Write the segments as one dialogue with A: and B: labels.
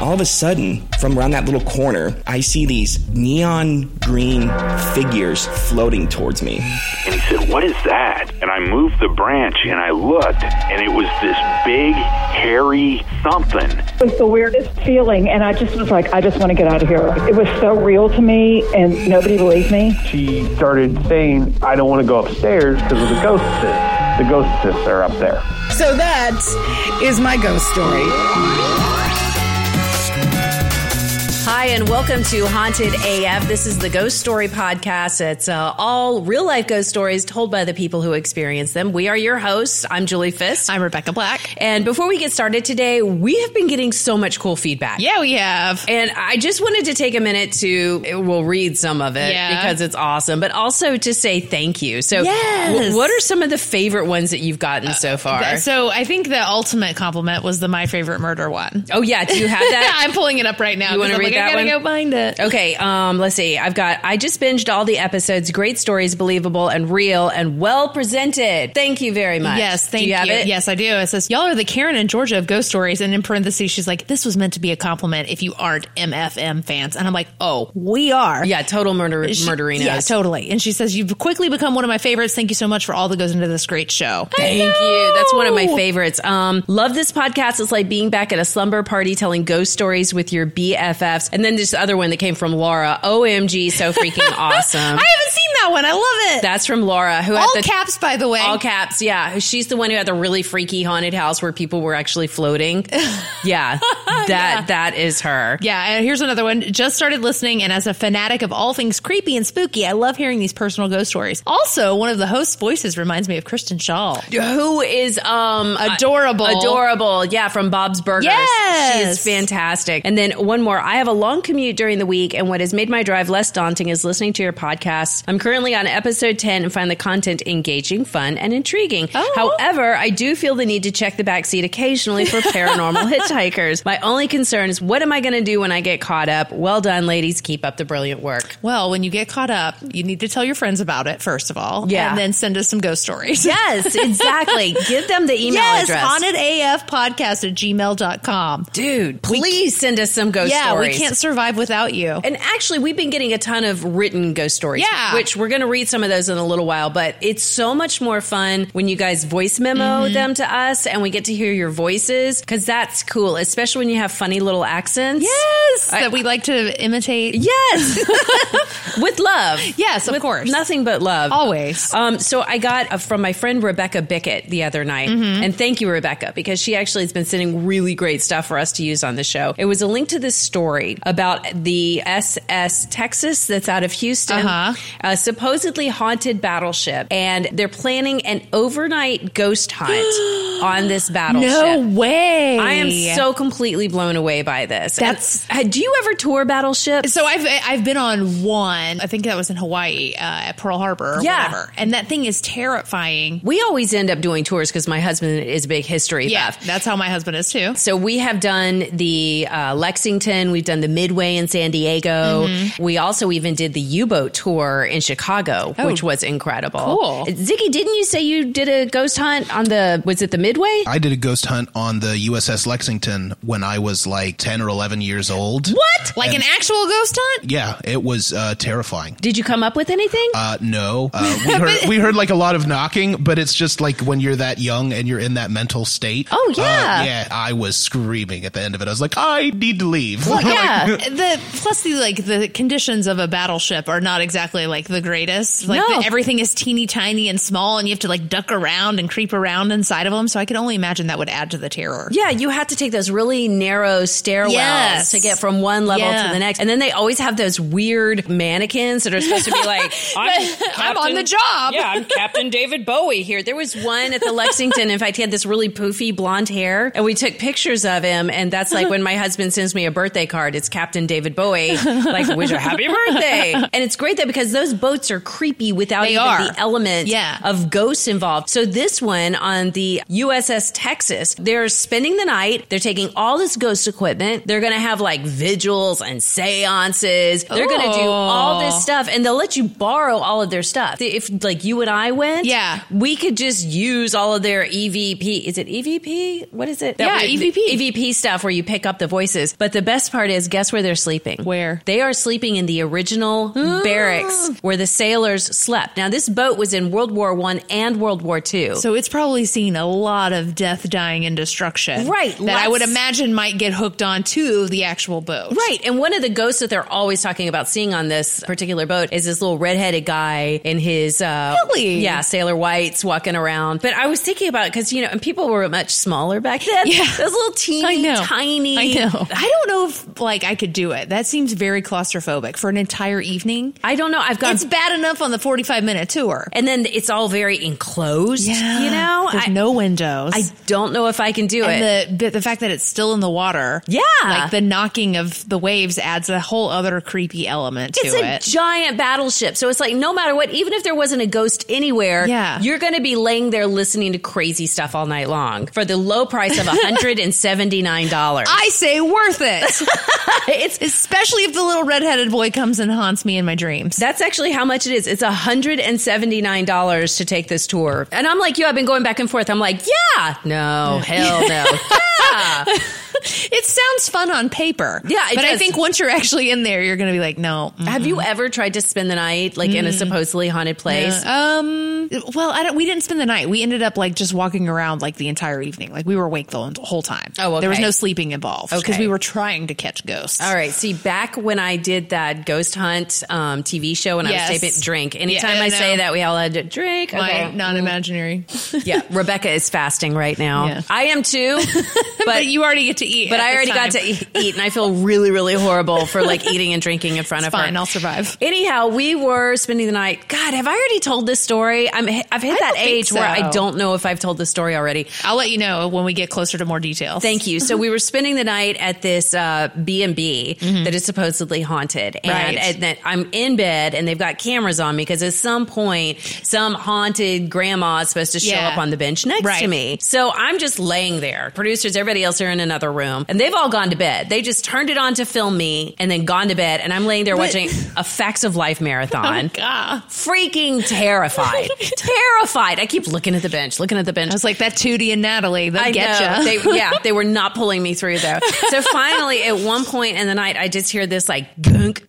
A: All of a sudden, from around that little corner, I see these neon green figures floating towards me.
B: And he said, What is that? And I moved the branch and I looked, and it was this big, hairy something.
C: It was the weirdest feeling, and I just was like, I just want to get out of here. It was so real to me, and nobody believed me.
D: She started saying, I don't want to go upstairs because of the ghosts. The ghosts are up there.
E: So that is my ghost story.
F: Hi, and welcome to Haunted AF. This is the Ghost Story Podcast. It's uh, all real life ghost stories told by the people who experience them. We are your hosts. I'm Julie Fisk.
G: I'm Rebecca Black.
F: And before we get started today, we have been getting so much cool feedback.
G: Yeah, we have.
F: And I just wanted to take a minute to, we'll read some of it
G: Yeah.
F: because it's awesome, but also to say thank you. So, w- what are some of the favorite ones that you've gotten so far?
G: So I think the ultimate compliment was the my favorite murder one.
F: oh, yeah. Do you have that?
G: I'm pulling it up right now.
F: You wanna
G: 'cause I'm
F: read
G: like,
F: that
G: I gotta
F: one?
G: go find it.
F: Okay, um, let's see. I've got I just binged all the episodes. Great stories, believable and real and well presented. Thank you very much.
G: Yes, thank
F: Do you. Have it?
G: Yes, I do. It says, Y'all are the Karen and Georgia of ghost stories. And in parentheses, she's like, This was meant to be a compliment if you aren't MFM fans. And I'm like, Oh, we are.
F: Yeah, total murder
G: She-
F: murderinos.
G: Yeah, totally. And she says, You've quickly become one of my favorites. Thank you so much for all that goes into this great show.
F: Thank you. That's one of my favorites. Um, love this podcast. It's like being back at a slumber party telling ghost stories with your BFFs. And then this other one that came from Laura. OMG, so freaking awesome.
G: I haven't seen that one. I love it.
F: That's from Laura, who had
G: all
F: the
G: caps, by the way.
F: All caps, yeah. She's the one who had the really freaky haunted house where people were actually floating. Yeah, that that is her.
G: Yeah, and here's another one. Just started listening, and as a fanatic of all things creepy and spooky, I love hearing these personal ghost stories. Also, one of the host's voices reminds me of Kristen Shaw.
F: Who is um
G: Adorable.
F: adorable? Yeah, from Bob's Burgers.
G: Yes.
F: she is fantastic. And then one more. I have a long commute during the week, and what has made my drive less daunting is listening to your podcast. I'm currently on episode ten and find the content engaging, fun, and intriguing.
G: Oh.
F: However, I do feel the need to check the back seat occasionally for paranormal hitchhikers. My only concern is what am I going to do when I get caught up? Well done, ladies. Keep up the brilliant work.
G: Well, when you get caught up, you need to tell your friends about it, first of all.
F: Yeah.
G: And then send us some ghost stories.
F: Yes, exactly. Give them the email
G: yes,
F: address.
G: haunkedafpodcast at gmail.com.
F: Dude, please send us some ghost
G: yeah,
F: stories.
G: we can't survive without you.
F: And actually, we've been getting a ton of written ghost stories.
G: Yeah.
F: Which we're going to read some of those in a little while, but it's so much more fun when you guys voice memo them to us and we get to hear your voices because that's cool, especially when you have funny little accents.
G: yes,
F: I-
G: that we like to imitate.
F: Yes. With love.
G: Yes, of
F: With
G: course.
F: Nothing but love.
G: Always.
F: Um, so I got uh, from my friend Rebecca Bickett the other night,
G: Mm-hmm.
F: and thank you, Rebecca, because she actually has been sending really great stuff for us to use on the show. It was a link to this story about the SS Texas that's out of Houston,
G: Uh-huh.
F: a supposedly haunted battleship, and they're planning an overnight ghost hunt on this battleship.
G: No way.
F: I am so completely blown away by this. And,
G: That's-
F: uh, do you ever tour battleships?
G: So I've I've been on one. I think that was in Hawaii uh, at Pearl Harbor. Or
F: Yeah.
G: whatever. and that thing is terrifying.
F: we always end up doing tours because my husband is a big history
G: Yeah,
F: buff.
G: that's how my husband is too.
F: So we have done the uh, Lexington, we've done the Midway in San Diego.
G: Mm-hmm.
F: We also even did the U-boat tour in Chicago, which was incredible.
G: Oh. cool.
F: Ziggy, didn't you say you did a ghost hunt on the was it the Midway?
H: I did a ghost hunt on the USS Lexington when I was like 10 or 11 years old.
G: What? Like an actual ghost hunt?
H: Yeah, it was uh, terrifying.
F: did you come up with anything?
H: Uh, no, uh, we heard we heard like a lot of knocking, but it's just like when you're that young and you're in that mental state.
F: Oh,
H: uh,
F: yeah.
H: yeah. I was screaming at the end of it. I was like, I need to leave.
F: yeah.
G: The plus the like the conditions of a battleship are not exactly like the greatest. Like
F: No.
G: the, everything is teeny tiny and small, and you have to like duck around and creep around inside of them. So I can only imagine that would add to the terror.
F: Yeah, you have to take those really narrow stairwells
G: Yes.
F: to get from one level
G: Yeah.
F: to the next. And then they always have those weird mannequins that are supposed to be like, I'm,
G: I'm on the job.
F: Yeah, I'm Captain David Bowie here. There was one at the Lexington. In fact, he had this really poofy blonde hair, and we took pictures of him. And that's like when my husband sends me a birthday card, it's Captain David Bowie. Like, wish you a happy birthday. And it's great though, because those boats are creepy without
G: They
F: even
G: are.
F: the element
G: Yeah.
F: of ghosts involved. So this one on the USS Texas. They're spending the night. They're taking all this ghost equipment. They're going to have like vigils and seances. They're going to do
G: Ooh.
F: all this stuff and they'll let you borrow all of their stuff. If like you and I went,
G: Yeah.
F: we could just use all of their EVP. Is it EVP? What is it?
G: Yeah, E
F: we- E
G: EVP.
F: EVP stuff where you pick up the voices. But the best part is, guess where they're sleeping?
G: Where?
F: They are sleeping in the original barracks where the sailors slept. Now, this boat was in World War One and World War Two.
G: So it's probably seen a lot of death, dying, and destruction.
F: Right,
G: That I would
F: lots-
G: imagine might get hooked on to the actual boat.
F: Right. And one of the ghosts that they're always talking about seeing on this particular boat is this little redheaded guy in his, uh,
G: Really?
F: yeah, sailor whites walking around. But I was thinking about it because, you know, and people were much smaller back then.
G: Yeah.
F: Those little teeny,
G: I know.
F: tiny.
G: I know. I don't know if like I could do it. That seems very claustrophobic for an entire evening.
F: I don't know. I've got
G: It's bad enough on the forty-five minute tour.
F: and then it's all very enclosed. You know,
G: there's
F: I,
G: no windows.
F: I don't know if I can do it.
G: and the but the fact that it's still in the water.
F: Yeah.
G: like the knocking of the waves adds a whole other creepy element to
F: it's a
G: it.
F: giant battleship. So it's like, no matter what, even if there wasn't a ghost anywhere,
G: Yeah.
F: you're going to be laying there listening to crazy stuff all night long for the low price of $179.
G: I say worth it.
F: it's,
G: Especially if the little redheaded boy comes and haunts me in my dreams.
F: that's actually how much it is. It's $179 to take this tour. And I'm like you, I've been going back and forth. I'm like, yeah, no, hell no. Yeah.
G: It sounds fun on paper.
F: Yeah, it
G: but I
F: does.
G: think once you're actually in there, you're going to be like, no. mm.
F: Have you ever tried to spend the night like in a supposedly haunted place?
G: Um. Well, I don't. We didn't spend the night. We ended up like just walking around like the entire evening. Like we were awake the whole time.
F: Oh, okay.
G: There was no sleeping involved because
F: Okay.
G: we were trying to catch ghosts.
F: All right. See, back when I did that ghost hunt um, TV show and I
G: Yes.
F: was taping drink. Anytime
G: Yeah,
F: I
G: I
F: say
G: know.
F: that, we all had to drink.
G: My
F: Okay. Mm-hmm.
G: non-imaginary.
F: yeah, Rebecca is fasting right now.
G: Yeah.
F: I am too, but,
G: But you already get to eat.
F: But
G: at
F: I
G: this
F: already got to
G: time.
F: eat, eat, and I feel really, really horrible for like eating and drinking in front
G: It's
F: of
G: fine,
F: her.
G: I'll survive.
F: Anyhow, we were spending the night. God, have I already told this story? I'm, I've hit that
G: think
F: age where I
G: so.
F: don't know if I've told this story already.
G: I'll let you know when we get closer to more details.
F: Thank you. So we were spending the night at this uh, B and B that is supposedly haunted, and,
G: Mm-hmm. Right.
F: and then I'm in bed, and they've got cameras on me because at some point, some haunted grandma is supposed to show
G: Yeah.
F: up on the bench next to
G: Right.
F: me. So I'm just laying there. Producers, everybody else are in another room, and they've all gone to bed. They just turned it on to film me, and then gone to bed, and I'm laying there watching a Facts of Life marathon,
G: Oh, God.
F: freaking terrified, terrified. I keep looking at the bench, looking at the bench.
G: I was like that Tootie and Natalie. They'll
F: I
G: get
F: know.
G: ya.
F: They, yeah, they were not pulling me through though. So finally, at one point in the night, I just hear this like gunk.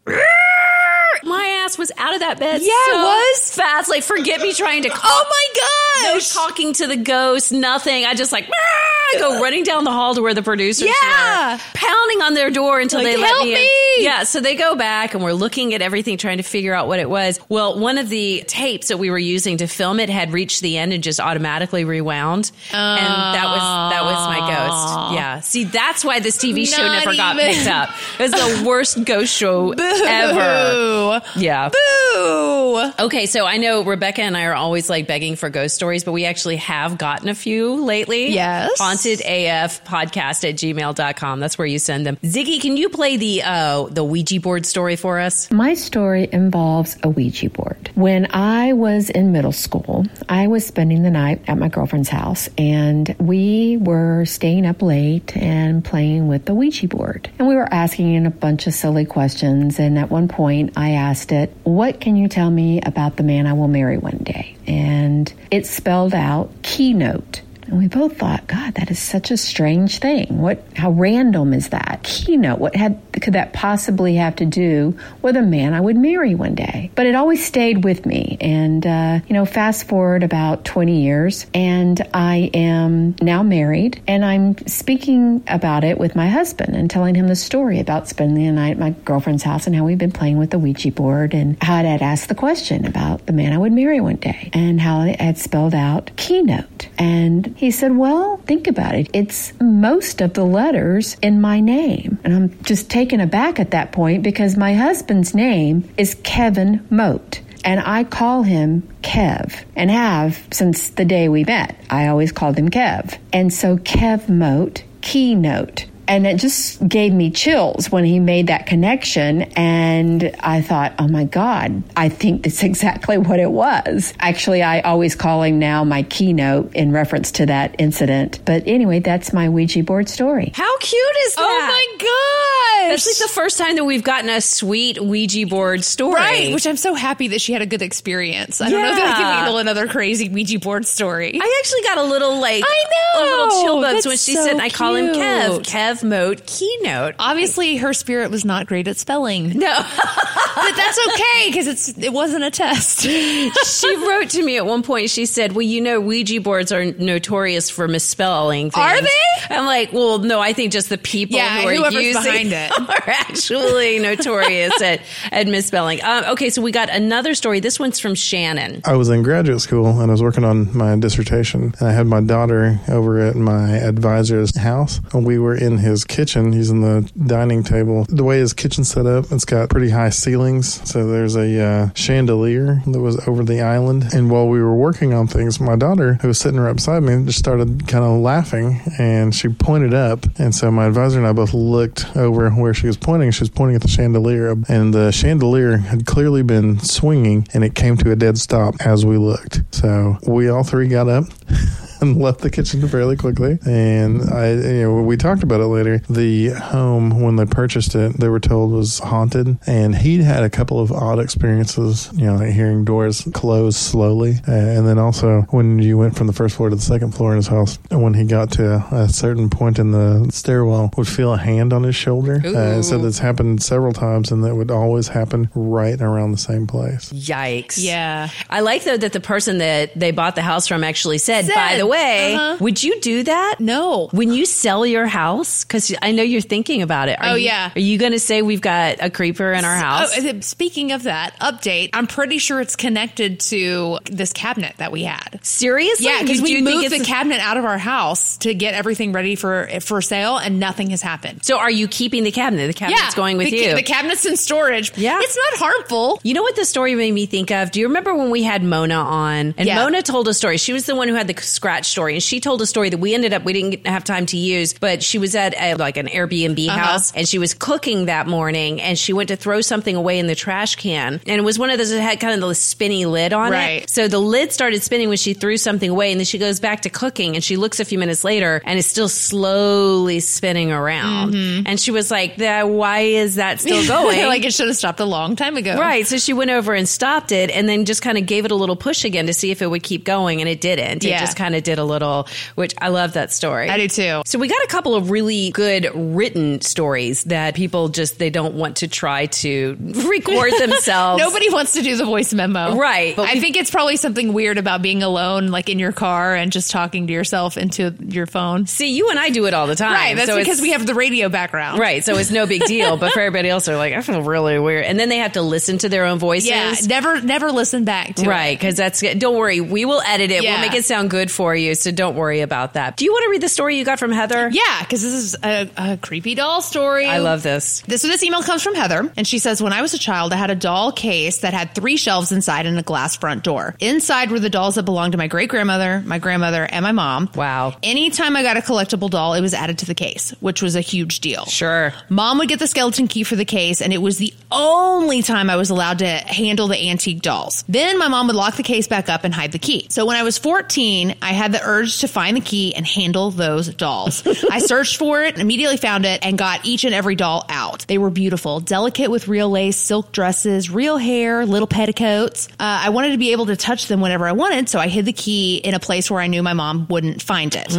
F: My ass was out of that bed.
G: Yeah, it
F: so
G: was.
F: fast. Like, forget me trying to. Call.
G: Oh my
F: No
G: gosh!
F: talking to the ghost, nothing. I just like "Ah," go running down the hall to where the producers
G: Yeah.
F: were, pounding on their door until
G: Like,
F: they let
G: "Help
F: me, in.
G: me."
F: Yeah, so they go back and we're looking at everything, trying to figure out what it was. Well, one of the tapes that we were using to film it had reached the end and just automatically rewound, and that was that was my ghost. Yeah, see, that's why this TV show
G: Not
F: never got
G: even-
F: picked up. It was the worst ghost show ever.
G: Boo.
F: Yeah.
G: Boo.
F: Okay, so I know Rebecca and I are always like begging for ghost stories, but we actually have gotten a few lately.
G: Yes.
F: Haunted AF podcast at gmail.com. That's where you send them. Ziggy, can you play the uh, the Ouija board story for us?
I: My story involves a Ouija board. When I was in middle school, I was spending the night at my girlfriend's house and we were staying up late and playing with the Ouija board. And we were asking it a bunch of silly questions. And at one point, I asked it, What can you tell me about the man I will marry one day? And it spelled out keynote. And we both thought, God, that is such a strange thing. What? How random is that? Keynote. What had could that possibly have to do with a man I would marry one day? But it always stayed with me. And uh, you know, fast forward about 20 years, and I am now married, and I'm speaking about it with my husband and telling him the story about spending the night at my girlfriend's house and how we've been playing with the Ouija board and how I'd had asked the question about the man I would marry one day and how it had spelled out keynote. And he said, Well, think about it. It's most of the letters in my name. And I'm just taken aback at that point because my husband's name is Kevin Moat. And I call him Kev and have since the day we met. I always called him Kev. And so Kev Moat, keynote. And it just gave me chills when he made that connection. And I thought, oh my God, I think that's exactly what it was. Actually, I always call him now my keynote in reference to that incident. But anyway, that's my Ouija board story.
E: How cute is that?
G: Oh my gosh.
F: That's like the first time that we've gotten a sweet Ouija board story.
G: Right, which I'm so happy that she had a good experience. I don't know that I
F: Yeah.
G: can handle another crazy Ouija board story.
F: I actually got a little like
G: I know.
F: a little chill bumps
G: That's
F: when she
G: so
F: said I call him Kev.
G: cute.
F: Kev Moat keynote.
G: Obviously, her spirit was not great at spelling,
F: No.
G: but that's okay because it's it wasn't a test.
F: she wrote to me at one point. She said, "Well, you know, Ouija boards are notorious for misspelling. Things.
G: Are they?
F: I'm like, well, no. I think just the people
G: Yeah,
F: who are
G: whoever's
F: using
G: behind it.
F: are actually notorious at at misspelling. Um, okay, so we got another story. This one's from Shannon.
J: I was in graduate school and I was working on my dissertation. And I had my daughter over at my advisor's house, and we were in his kitchen using the dining table. The way his kitchen's set up, it's got pretty high ceilings. So there's a uh, chandelier that was over the island. And while we were working on things, my daughter, who was sitting right beside me, just started kind of laughing and she pointed up. And so my advisor and I both looked over where she was pointing. She was pointing at the chandelier, and the chandelier had clearly been swinging and it came to a dead stop as we looked. So we all three got up. And left the kitchen fairly quickly, and I, you know, we talked about it later. The home when they purchased it, they were told was haunted, and he'd had a couple of odd experiences, you know, like hearing doors close slowly, uh, and then also when you went from the first floor to the second floor in his house, when he got to a certain point in the stairwell, would feel a hand on his shoulder. Uh, and so that's happened several times, and that would always happen right around the same place.
F: Yikes!
G: Yeah.
F: I like though that the person that they bought the house from actually said,
G: Said,
F: "By the way,
G: uh-huh.
F: would you do that?
G: No.
F: When you sell your house, because I know you're thinking about it. Are
G: Oh,
F: you-
G: yeah.
F: Are you going to say we've got a creeper in our house?
G: Oh, and speaking of that update, I'm pretty sure it's connected to this cabinet that we had.
F: Seriously?
G: Yeah, because
F: You
G: we
F: do think
G: moved the
F: it's-
G: cabinet out of our house to get everything ready for for sale, and nothing has happened.
F: So are you keeping the cabinet? The cabinet's going with
G: the,
F: you.
G: The cabinet's in storage.
F: Yeah.
G: it's not harmful.
F: you know what the story made me think of? Do you remember when we had Mona on? And
G: Yeah.
F: Mona told a story. She was the one who had the scratch story, and she told a story that we ended up we didn't have time to use. But she was at a, like an Airbnb
G: Uh-huh.
F: house, and she was cooking that morning, and she went to throw something away in the trash can, and it was one of those that had kind of the spinny lid on it.
G: Right.
F: So the lid started spinning when she threw something away, and then she goes back to cooking, and she looks a few minutes later, and it's still slowly spinning around, and she was like, "That why is that still going?"
G: Mm-hmm. like it should have stopped a long time ago.
F: Right. So she went over and stopped it and then just kind of gave it a little push again to see if it would keep going. And it didn't. It
G: Yeah.
F: just kind of did a little, which I love that story.
G: I do too.
F: So we got a couple of really good written stories that people just, they don't want to try to record themselves.
G: Nobody wants to do the voice memo.
F: Right. But
G: I
F: we-
G: think it's probably something weird about being alone, like in your car and just talking to yourself into your phone.
F: See, you and I do it all the time.
G: Right. That's
F: So it's-
G: because we have the radio background.
F: Right, so it's no big deal, but for everybody else, they're like, I feel really weird, and then they have to listen to their own voices.
G: Yeah. Never, never listen back to
F: Right, because that's don't worry, we will edit it.
G: Yeah.
F: We'll make it sound good for you, so don't worry about that. Do you want to read the story you got from Heather?
G: it. Yeah. Because this is a, a creepy doll story.
F: I love this.
G: This so this email comes from Heather, and she says, "When I was a child, I had a doll case that had three shelves inside and a glass front door. Inside were the dolls that belonged to my great grandmother, my grandmother, and my mom.
F: Wow.
G: Anytime I got a collectible doll, it was added to the case, which was a huge deal.
F: Sure.
G: Mom would get the skeleton key for the case, and it was the only time I was allowed to handle the antique dolls. Then my mom would lock the case back up and hide the key. So when I was 14, I had the urge to find the key and handle those dolls. I searched for it, immediately found it, and got each and every doll out. They were beautiful, delicate with real lace, silk dresses, real hair, little petticoats. Uh, I wanted to be able to touch them whenever I wanted, so I hid the key in a place where I knew my mom wouldn't find it.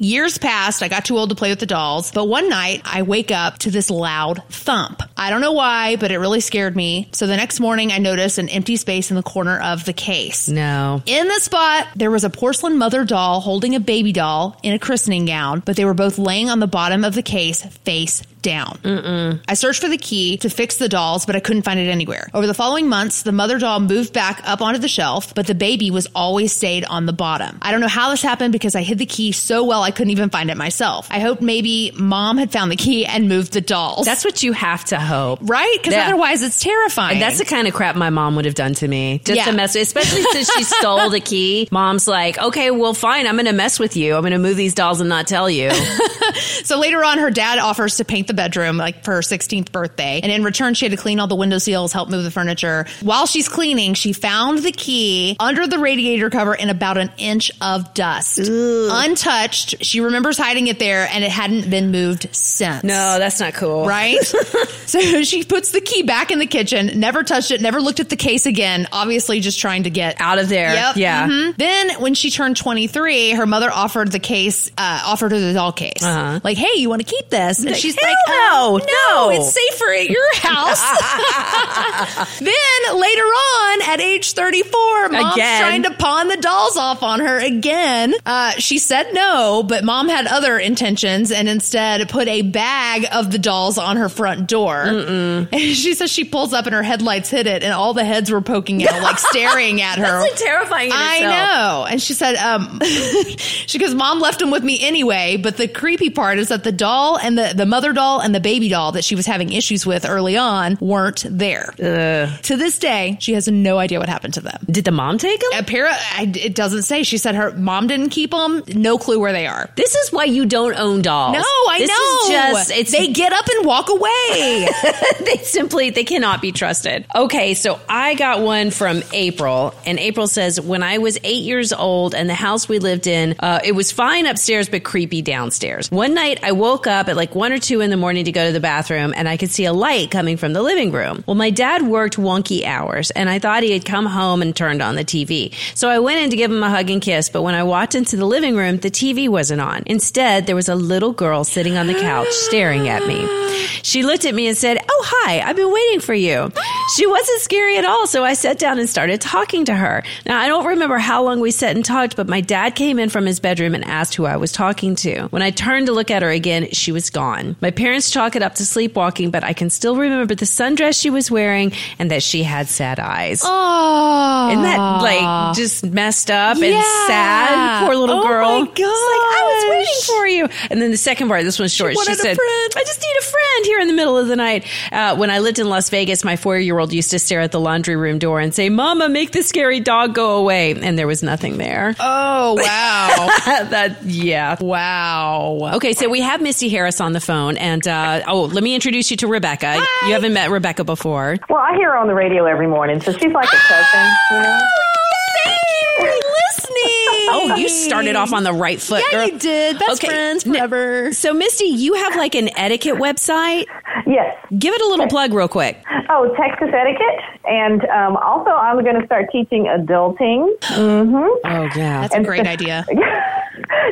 G: Years passed. I got too old to play with the dolls. But one night, I wake up to this loud thump. I don't know why, but it really scared me. So the next morning, I noticed an empty space in the corner of the case.
F: No.
G: In the spot, there was a porcelain mother doll holding a baby doll in a christening gown, but they were both laying on the bottom of the case face down. I searched for the key to fix the dolls, but I couldn't find it anywhere. Over the following months, the mother doll moved back up onto the shelf, but the baby was always stayed on the bottom. I don't know how this happened because I hid the key so well I couldn't even find it myself. I hoped maybe mom had found the key and moved the dolls.
F: That's what you have to hope.
G: right? Because
F: Yeah.
G: otherwise it's terrifying.
F: And that's the kind of crap my mom would have done to me. Just
G: Yeah.
F: to mess, especially since she stole the key. Mom's like, okay, well, fine. I'm going to mess with you. I'm going to move these dolls and not tell you.
G: So later on, her dad offers to paint the bedroom like for her 16th birthday. And in return, she had to clean all the window seals, help move the furniture. While she's cleaning, she found the key under the radiator cover in about an inch of dust. Untouched. She remembers hiding it there and it hadn't been moved since.
F: no, that's not cool.
G: Right? so she puts the key back in the kitchen, never touched it, never looked at the case again, obviously just trying to get
F: Out of there.
G: Yep.
F: Yeah.
G: mhm. Then when she turned 23, her mother offered the case, uh, offered her the doll case. Like, hey, you want to keep this? And
F: Uh-huh. Like,
G: she's
F: "Hell
G: like,
F: no,
G: oh,
F: no."
G: no, it's safer at your house. then later on, at age 34, mom's
F: Again.
G: trying to pawn the dolls off on her again. Uh, she said no, but mom had other intentions and instead put a bag of the dolls on her front door. And she says she pulls up and her headlights hit it, and all the heads were poking out, like staring at her.
F: That's like terrifying in
G: I
F: itself.
G: know. And she said, um, she goes, Mom left him with me anyway. But the creepy part is that the doll and the, the mother doll and the baby doll that she was having issues with early on weren't there. To this day, she has no idea what happened to them.
F: Did the mom take them?
G: Apparently, it doesn't say. She said her mom didn't keep them. No clue where they are.
F: This is why you don't own dolls.
G: No, I
F: This
G: know.
F: Is just it's
G: they get up and walk away.
F: they simply they cannot be trusted. Okay, so I got one from April, and April says, "When I was eight years old, and the house we lived in, uh, it was fine upstairs but creepy downstairs. One night, I woke up at like one or two in the morning to go to the bathroom, and I could see a light coming from the living room. Well, my dad worked wonky hours, and I thought he had come home and turned on the TV. So I went in to give him a hug and kiss, but when I walked into the living room, the TV wasn't on. Instead, there was a little girl sitting on the couch staring at me. She looked at me and said, Oh, hi, I've been waiting for you. She wasn't scary at all, so I sat down and started talking to her. Now, I don't remember how long we sat and talked, but my dad came in from his bedroom and asked who I was talking to. When I turned to look at her again, she was gone. My parents chalk it up to sleepwalking, but I can still remember the sundress she was wearing and that she had sad eyes.
G: oh,
F: Isn't that like just messed up and
G: Ah. Yeah.
F: sad? Poor little
G: Oh
F: girl.
G: my
F: It's like, I was waiting for you. And then the second part, this one's short. She,
G: wanted a
F: said,
G: friend.
F: I just need a friend here in the middle of the night. Uh, when I lived in Las Vegas, my four year old used to stare at the laundry room door and say, Mama, make the scary dog go away. And there was nothing there.
G: oh wow,
F: that, yeah.
G: wow.
F: Okay, so we have Missy Harris on the phone. And uh, oh, let me introduce you to Rebecca. You haven't met Rebecca before.
K: Well, I hear her on the radio every morning, so she's like a cousin, you know.
G: Oh, listening.
F: Oh, you started off on the right foot,
G: Yeah,
F: girl.
G: you did. Best
F: Okay.
G: friends
F: N-
G: forever.
F: So, Misty, you have like an etiquette website.
K: Yes.
F: Give it a little plug, real quick.
K: Oh, Texas etiquette, and um, also I'm going to start teaching adulting. Mm-hmm.
F: Oh yeah.
G: That's a great idea.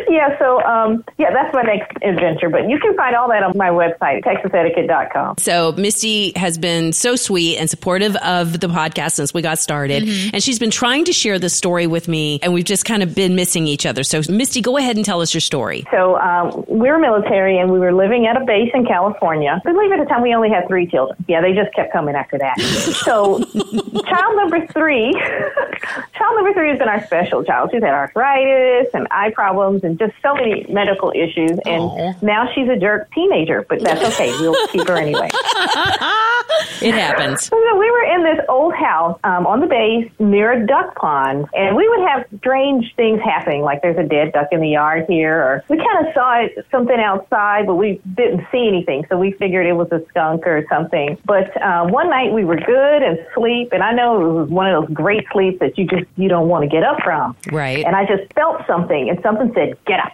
K: yeah. So, um, yeah, that's my next adventure. But you can find all that on my website, TexasEtiquette.com.
F: So Misty has been so sweet and supportive of the podcast since we got started,
G: Mm-hmm.
F: and she's been trying to share this story with me, and we've just kind of been missing each other. So Misty, go ahead and tell us your story.
K: So um, we were military, and we were living at a base in California. I believe at the time we only had three children. Yeah, they just kept coming after that. So child number three, child number three has been our special child. She's had arthritis and eye problems and just so many medical issues. And now she's a jerk teenager, but that's okay. We'll keep her anyway.
F: It happens.
K: So we were in this old house um, on the base near a duck pond, and we would have strange things happening, like there's a dead duck in the yard here, or we kind of saw it, something outside, but we didn't see anything, so we figured it was a skunk or something. But uh, one night we were good and sleep, and I know it was one of those great sleeps that you just you don't want to get up from.
F: Right.
K: And I just felt something, and something said, "Get up."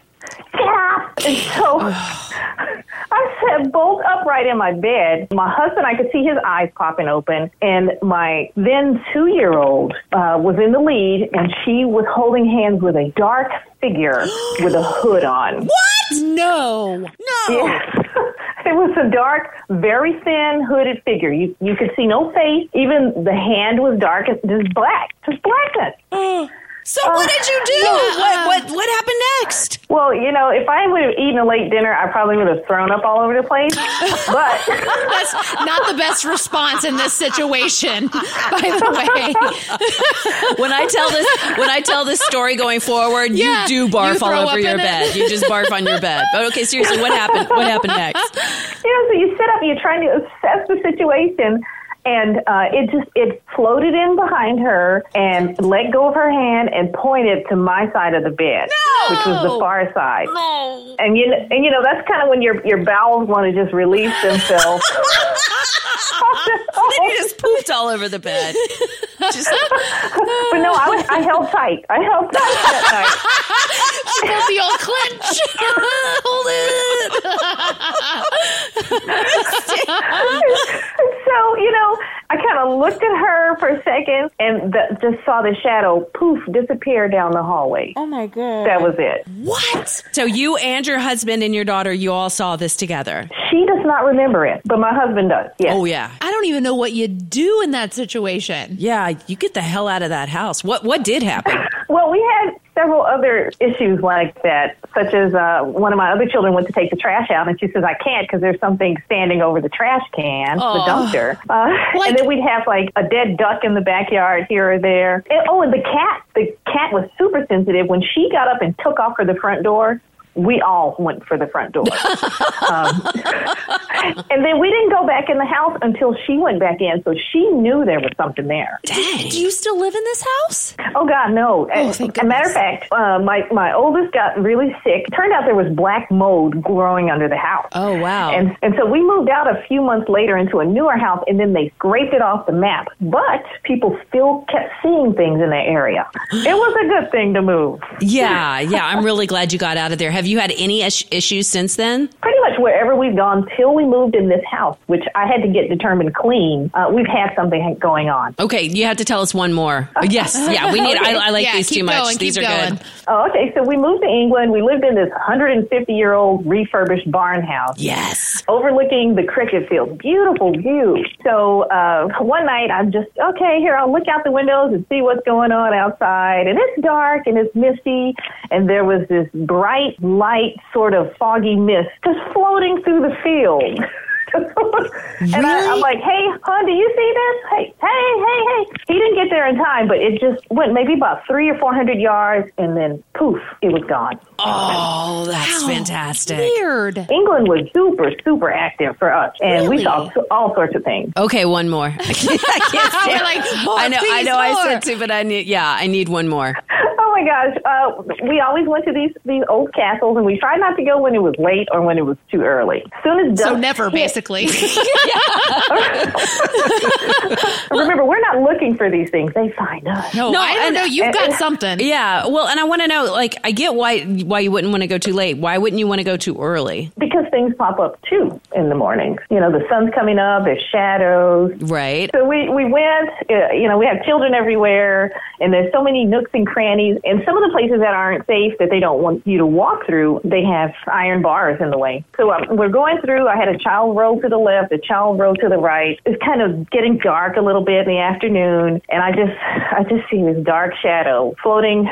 K: Get up! And so I sat bolt upright in my bed. My husband, I could see his eyes popping open, and my then two year old uh, was in the lead, and she was holding hands with a dark figure with a hood on.
G: No.
K: Yes. It was a dark, very thin, hooded figure. You you could see no face. Even the hand was dark, and just black, just blackness.
F: So what did you
K: Uh,
F: do? what, what what happened next?
K: Well, you know, if I would have eaten a late dinner, I probably would have thrown up all over the place. But
G: that's not the best response in this situation, by the way.
F: when I tell this when I tell this story going forward,
G: Yeah,
F: you do
G: you
F: barf
G: throw
F: all
G: up
F: over your
G: in it.
F: bed. You just barf on your bed. But okay, seriously, what happened? What happened next?
K: you know, so you sit up and you're trying to assess the situation. And uh, it just it floated in behind her and let go of her hand and pointed to my side of the bed, which was the far side.
F: No.
K: And you and you know that's kind of when your your bowels want to just release themselves.
F: then you just pooped all over the bed. Just
K: but no, I, was- I held tight. I held tight that night.
G: She got the old clench. Hold it.
K: so you know, I kind of looked at her for a second and the, just saw the shadow poof disappear down the hallway. Oh my god! That was it.
F: What? So you and your husband and your daughter, you all saw this together.
K: She does not remember it, but my husband does. Yes.
F: Oh yeah.
G: I don't even know what you do in that situation.
F: Yeah, you get the hell out of that house. What what did
E: Uh,
F: happen?
K: Well, we had several other issues like that, such as uh, one of my other children went to take the trash out, and she says, "I can't because there's something standing over the trash can,
G: Oh.
K: the dumpster." Uh, and then we'd have like a dead duck in the backyard here or there. And, oh, and the cat, the cat was super sensitive. When she got up and took off for the front door, we all went for the front door. um, and then we didn't go back in the house until she went back in, so she knew there was something there.
E: Do you still live in this house?
K: Oh God, no! As a matter of fact, uh, my my oldest got really sick. Turned out there was black mold growing under the house.
F: Oh wow!
K: And and so we moved out a few months later into a newer house, and then they scraped it off the map. But people still kept seeing things in the area. It was a good thing to move.
F: Yeah, yeah. I'm really glad you got out of there. Have you had any is- issues since then?
K: Pretty much wherever we've gone till we moved in this house, which I had to get determined clean. Uh, we've had something going on.
F: Okay, you have to tell us one more. Oh, Yes, yeah, we need. I, I like
K: Yeah,
F: these
K: keep
F: too much.
K: going,
F: these are
K: keep
F: good.
K: Oh, okay. So we moved to England. We lived in this 150 year old refurbished barn house.
F: Yes.
K: Overlooking the cricket field. Beautiful view. So uh, one night I'm just, okay, here, I'll look out the windows and see what's going on outside. And it's dark and it's misty. And there was this bright, light, sort of foggy mist just floating through the field. And I, I'm like, hey, hon, do you see this? Hey, hey, hey, hey. He didn't get there in time, but it just went maybe about three or four hundred yards, and then poof, it was gone.
F: Oh, that's fantastic.
G: Weird.
K: England was super, super active for us, and we saw all sorts of things.
F: Okay, one more. I can't
K: We're
F: stand-
K: like, more,
F: I know, I
K: please,
F: know, I said
K: more.
F: two, but I need. Yeah, I need one more.
K: Oh my gosh! Uh, we always went to these these old castles, and we tried not to go when it was late or when it was too early. Soon as
G: So
K: dusk
G: never,
K: hit-
G: basically.
K: Remember, we're not looking for these things; they find us.
F: and- Yeah, well, and I want to know. Like, I get why why you wouldn't want to go too late. Why wouldn't you want to go too early?
K: because things pop up too in the mornings. You know, the sun's coming up, there's shadows.
F: Right.
K: So we, we went, uh, you know, we have children everywhere, and there's so many nooks and crannies. And some of the places that aren't safe that they don't want you to walk through, they have iron bars in the way. So um, we're going through. I had a child roll to the left, a child roll to the right. It's kind of getting dark a little bit in the afternoon, and I just, I just see this dark shadow floating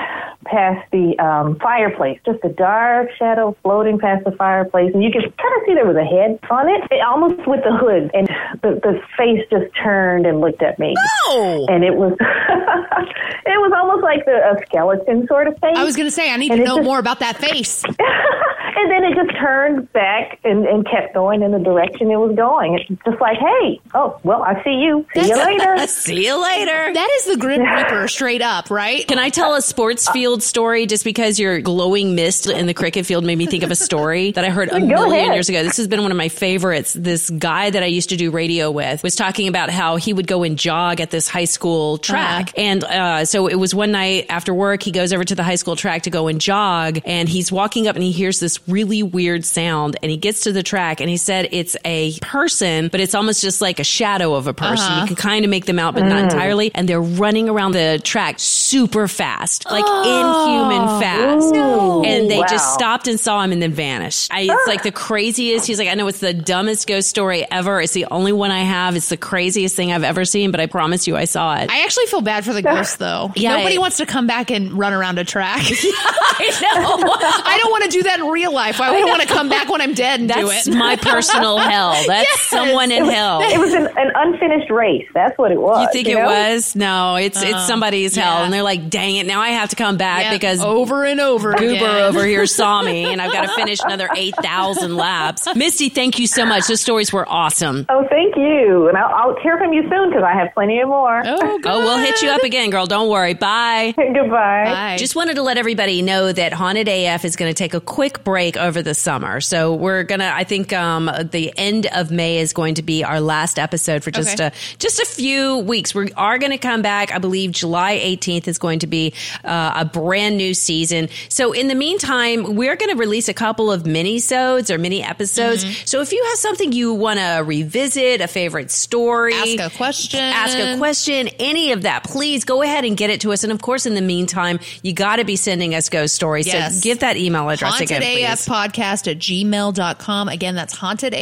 K: past the um, fireplace, just a dark shadow floating past the fireplace, and you could kind of see there was a head on it, it almost with the hood, and the, the face just turned and looked at me.
G: Oh!
K: And it was, it was almost like the, a skeleton sort of face.
G: I was going to say, I need
K: And
G: to
K: it
G: know
K: just-
G: more about that face.
K: and then it just turned back and, and kept going in the direction it was going. It's just like, hey, oh, well, I see you. See you later.
F: See you later.
G: That is the Grim Reaper straight up, right?
F: Can I tell a
K: Uh,
F: sports field story just because your glowing mist in the cricket field made me think of a story that I heard a
K: Go
F: million
K: ahead.
F: years ago? This has been one of my favorites. This guy that I used to do radio with was talking about how he would go and jog at this high school
K: Uh-huh.
F: track. And uh, so it was one night after work, he goes over to the high school track to go and jog. And he's walking up and he hears this really weird sound. And he gets to the track and he said it's a person, but it's almost just like a shadow of a person.
G: Uh-huh.
F: You can kind of make them out, but not
G: Mm.
F: entirely early, and they're running around the track super fast, like inhuman fast.
G: No.
F: And they
G: Wow.
F: just stopped and saw him and then vanished. I, it's like the craziest. He's like, I know it's the dumbest ghost story ever. It's the only one I have. It's the craziest thing I've ever seen, but I promise you I saw it.
G: I actually feel bad for the ghosts, though.
F: Yeah,
G: Nobody
F: I-
G: wants to come back and run around a track.
F: I know.
G: I don't want to do that in real life. I would want to come back when I'm dead and do it.
F: That's my personal hell. That's someone in
K: it was,
F: hell.
K: It was an, an unfinished race. That's what it was.
F: Oh. You think it
K: Uh, know?
F: was? No, it's it's somebody's hell, and they're like, "Dang it! Now I have to come back
G: Yeah, Oh,
F: because
G: over and over,
F: Goober
G: again.
F: over here saw me, and I've got to finish another eight thousand laps." Misty, thank you so much. Those stories were awesome.
K: Oh, thank you. And I'll, I'll hear from you soon because I have plenty of more.
G: Oh,
F: Oh, we'll hit you up again, girl. Don't worry. Bye.
K: Goodbye.
F: Just wanted to let everybody know that Haunted AF is going to take a quick break over the summer. So we're going to, I think, um, the end of May is going to be our last episode for just
G: Okay.
F: a, just a few weeks. We are going to come back. I believe July 18th is going to be uh, a brand new season. So in the meantime, we're going to release a couple of mini-sodes or mini episodes.
G: Mm-hmm.
F: So if you have something you want to revisit, a favorite story,
G: Ask a question.
F: ask a question, any of that, please go ahead and get it to us. And of course, in the meantime, you got to be sending us ghost stories.
G: Yes.
F: So give that email address again, please.
G: hauntedafpodcast at gmail.com. Again, that's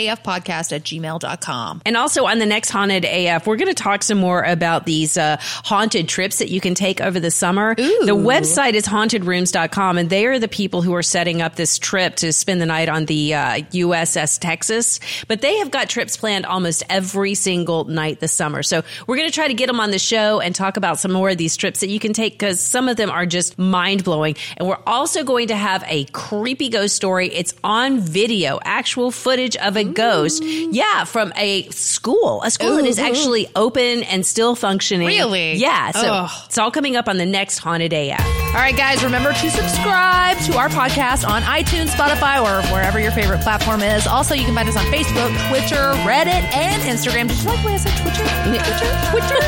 G: hauntedafpodcast at gmail.com.
F: And also on the next Haunted AF, we're going to talk some more about these uh, haunted trips that you can take over the summer. The website is hauntedrooms.com, and they are the people who are setting up this trip to spend the night on the uh, USS Texas. But they have got trips planned almost every single night this summer. So we're going to try to get them on the show and talk about some more of these trips that you can take because some of them are just mind blowing. And we're also going to have a creepy ghost story. It's on video, actual footage of a ghost. Yeah, from a school, a school that is
G: Ooh.
F: actually open and still functioning.
G: Really?
F: Yeah. So
G: Ugh.
F: it's all coming up on the next Haunted AF.
G: All right, guys, remember to subscribe to our podcast on iTunes, Spotify, or wherever your favorite platform is. Also, you can find us on Facebook, Twitter, Reddit, and Instagram. Did you like the way I said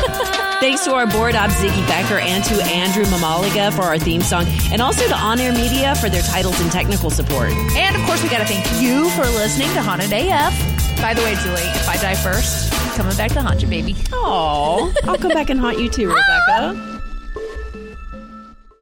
G: Twitter? Twitter?
F: Thanks to our board op Ziggy Becker and to Andrew Mamaliga for our theme song, and also to On Air Media for their titles and technical support.
G: And of course, we got to thank you for listening to Haunted AF. By the way, Julie, if I die first, I'm coming back to haunt you, baby.
F: Oh, I'll come back and haunt you too, Rebecca.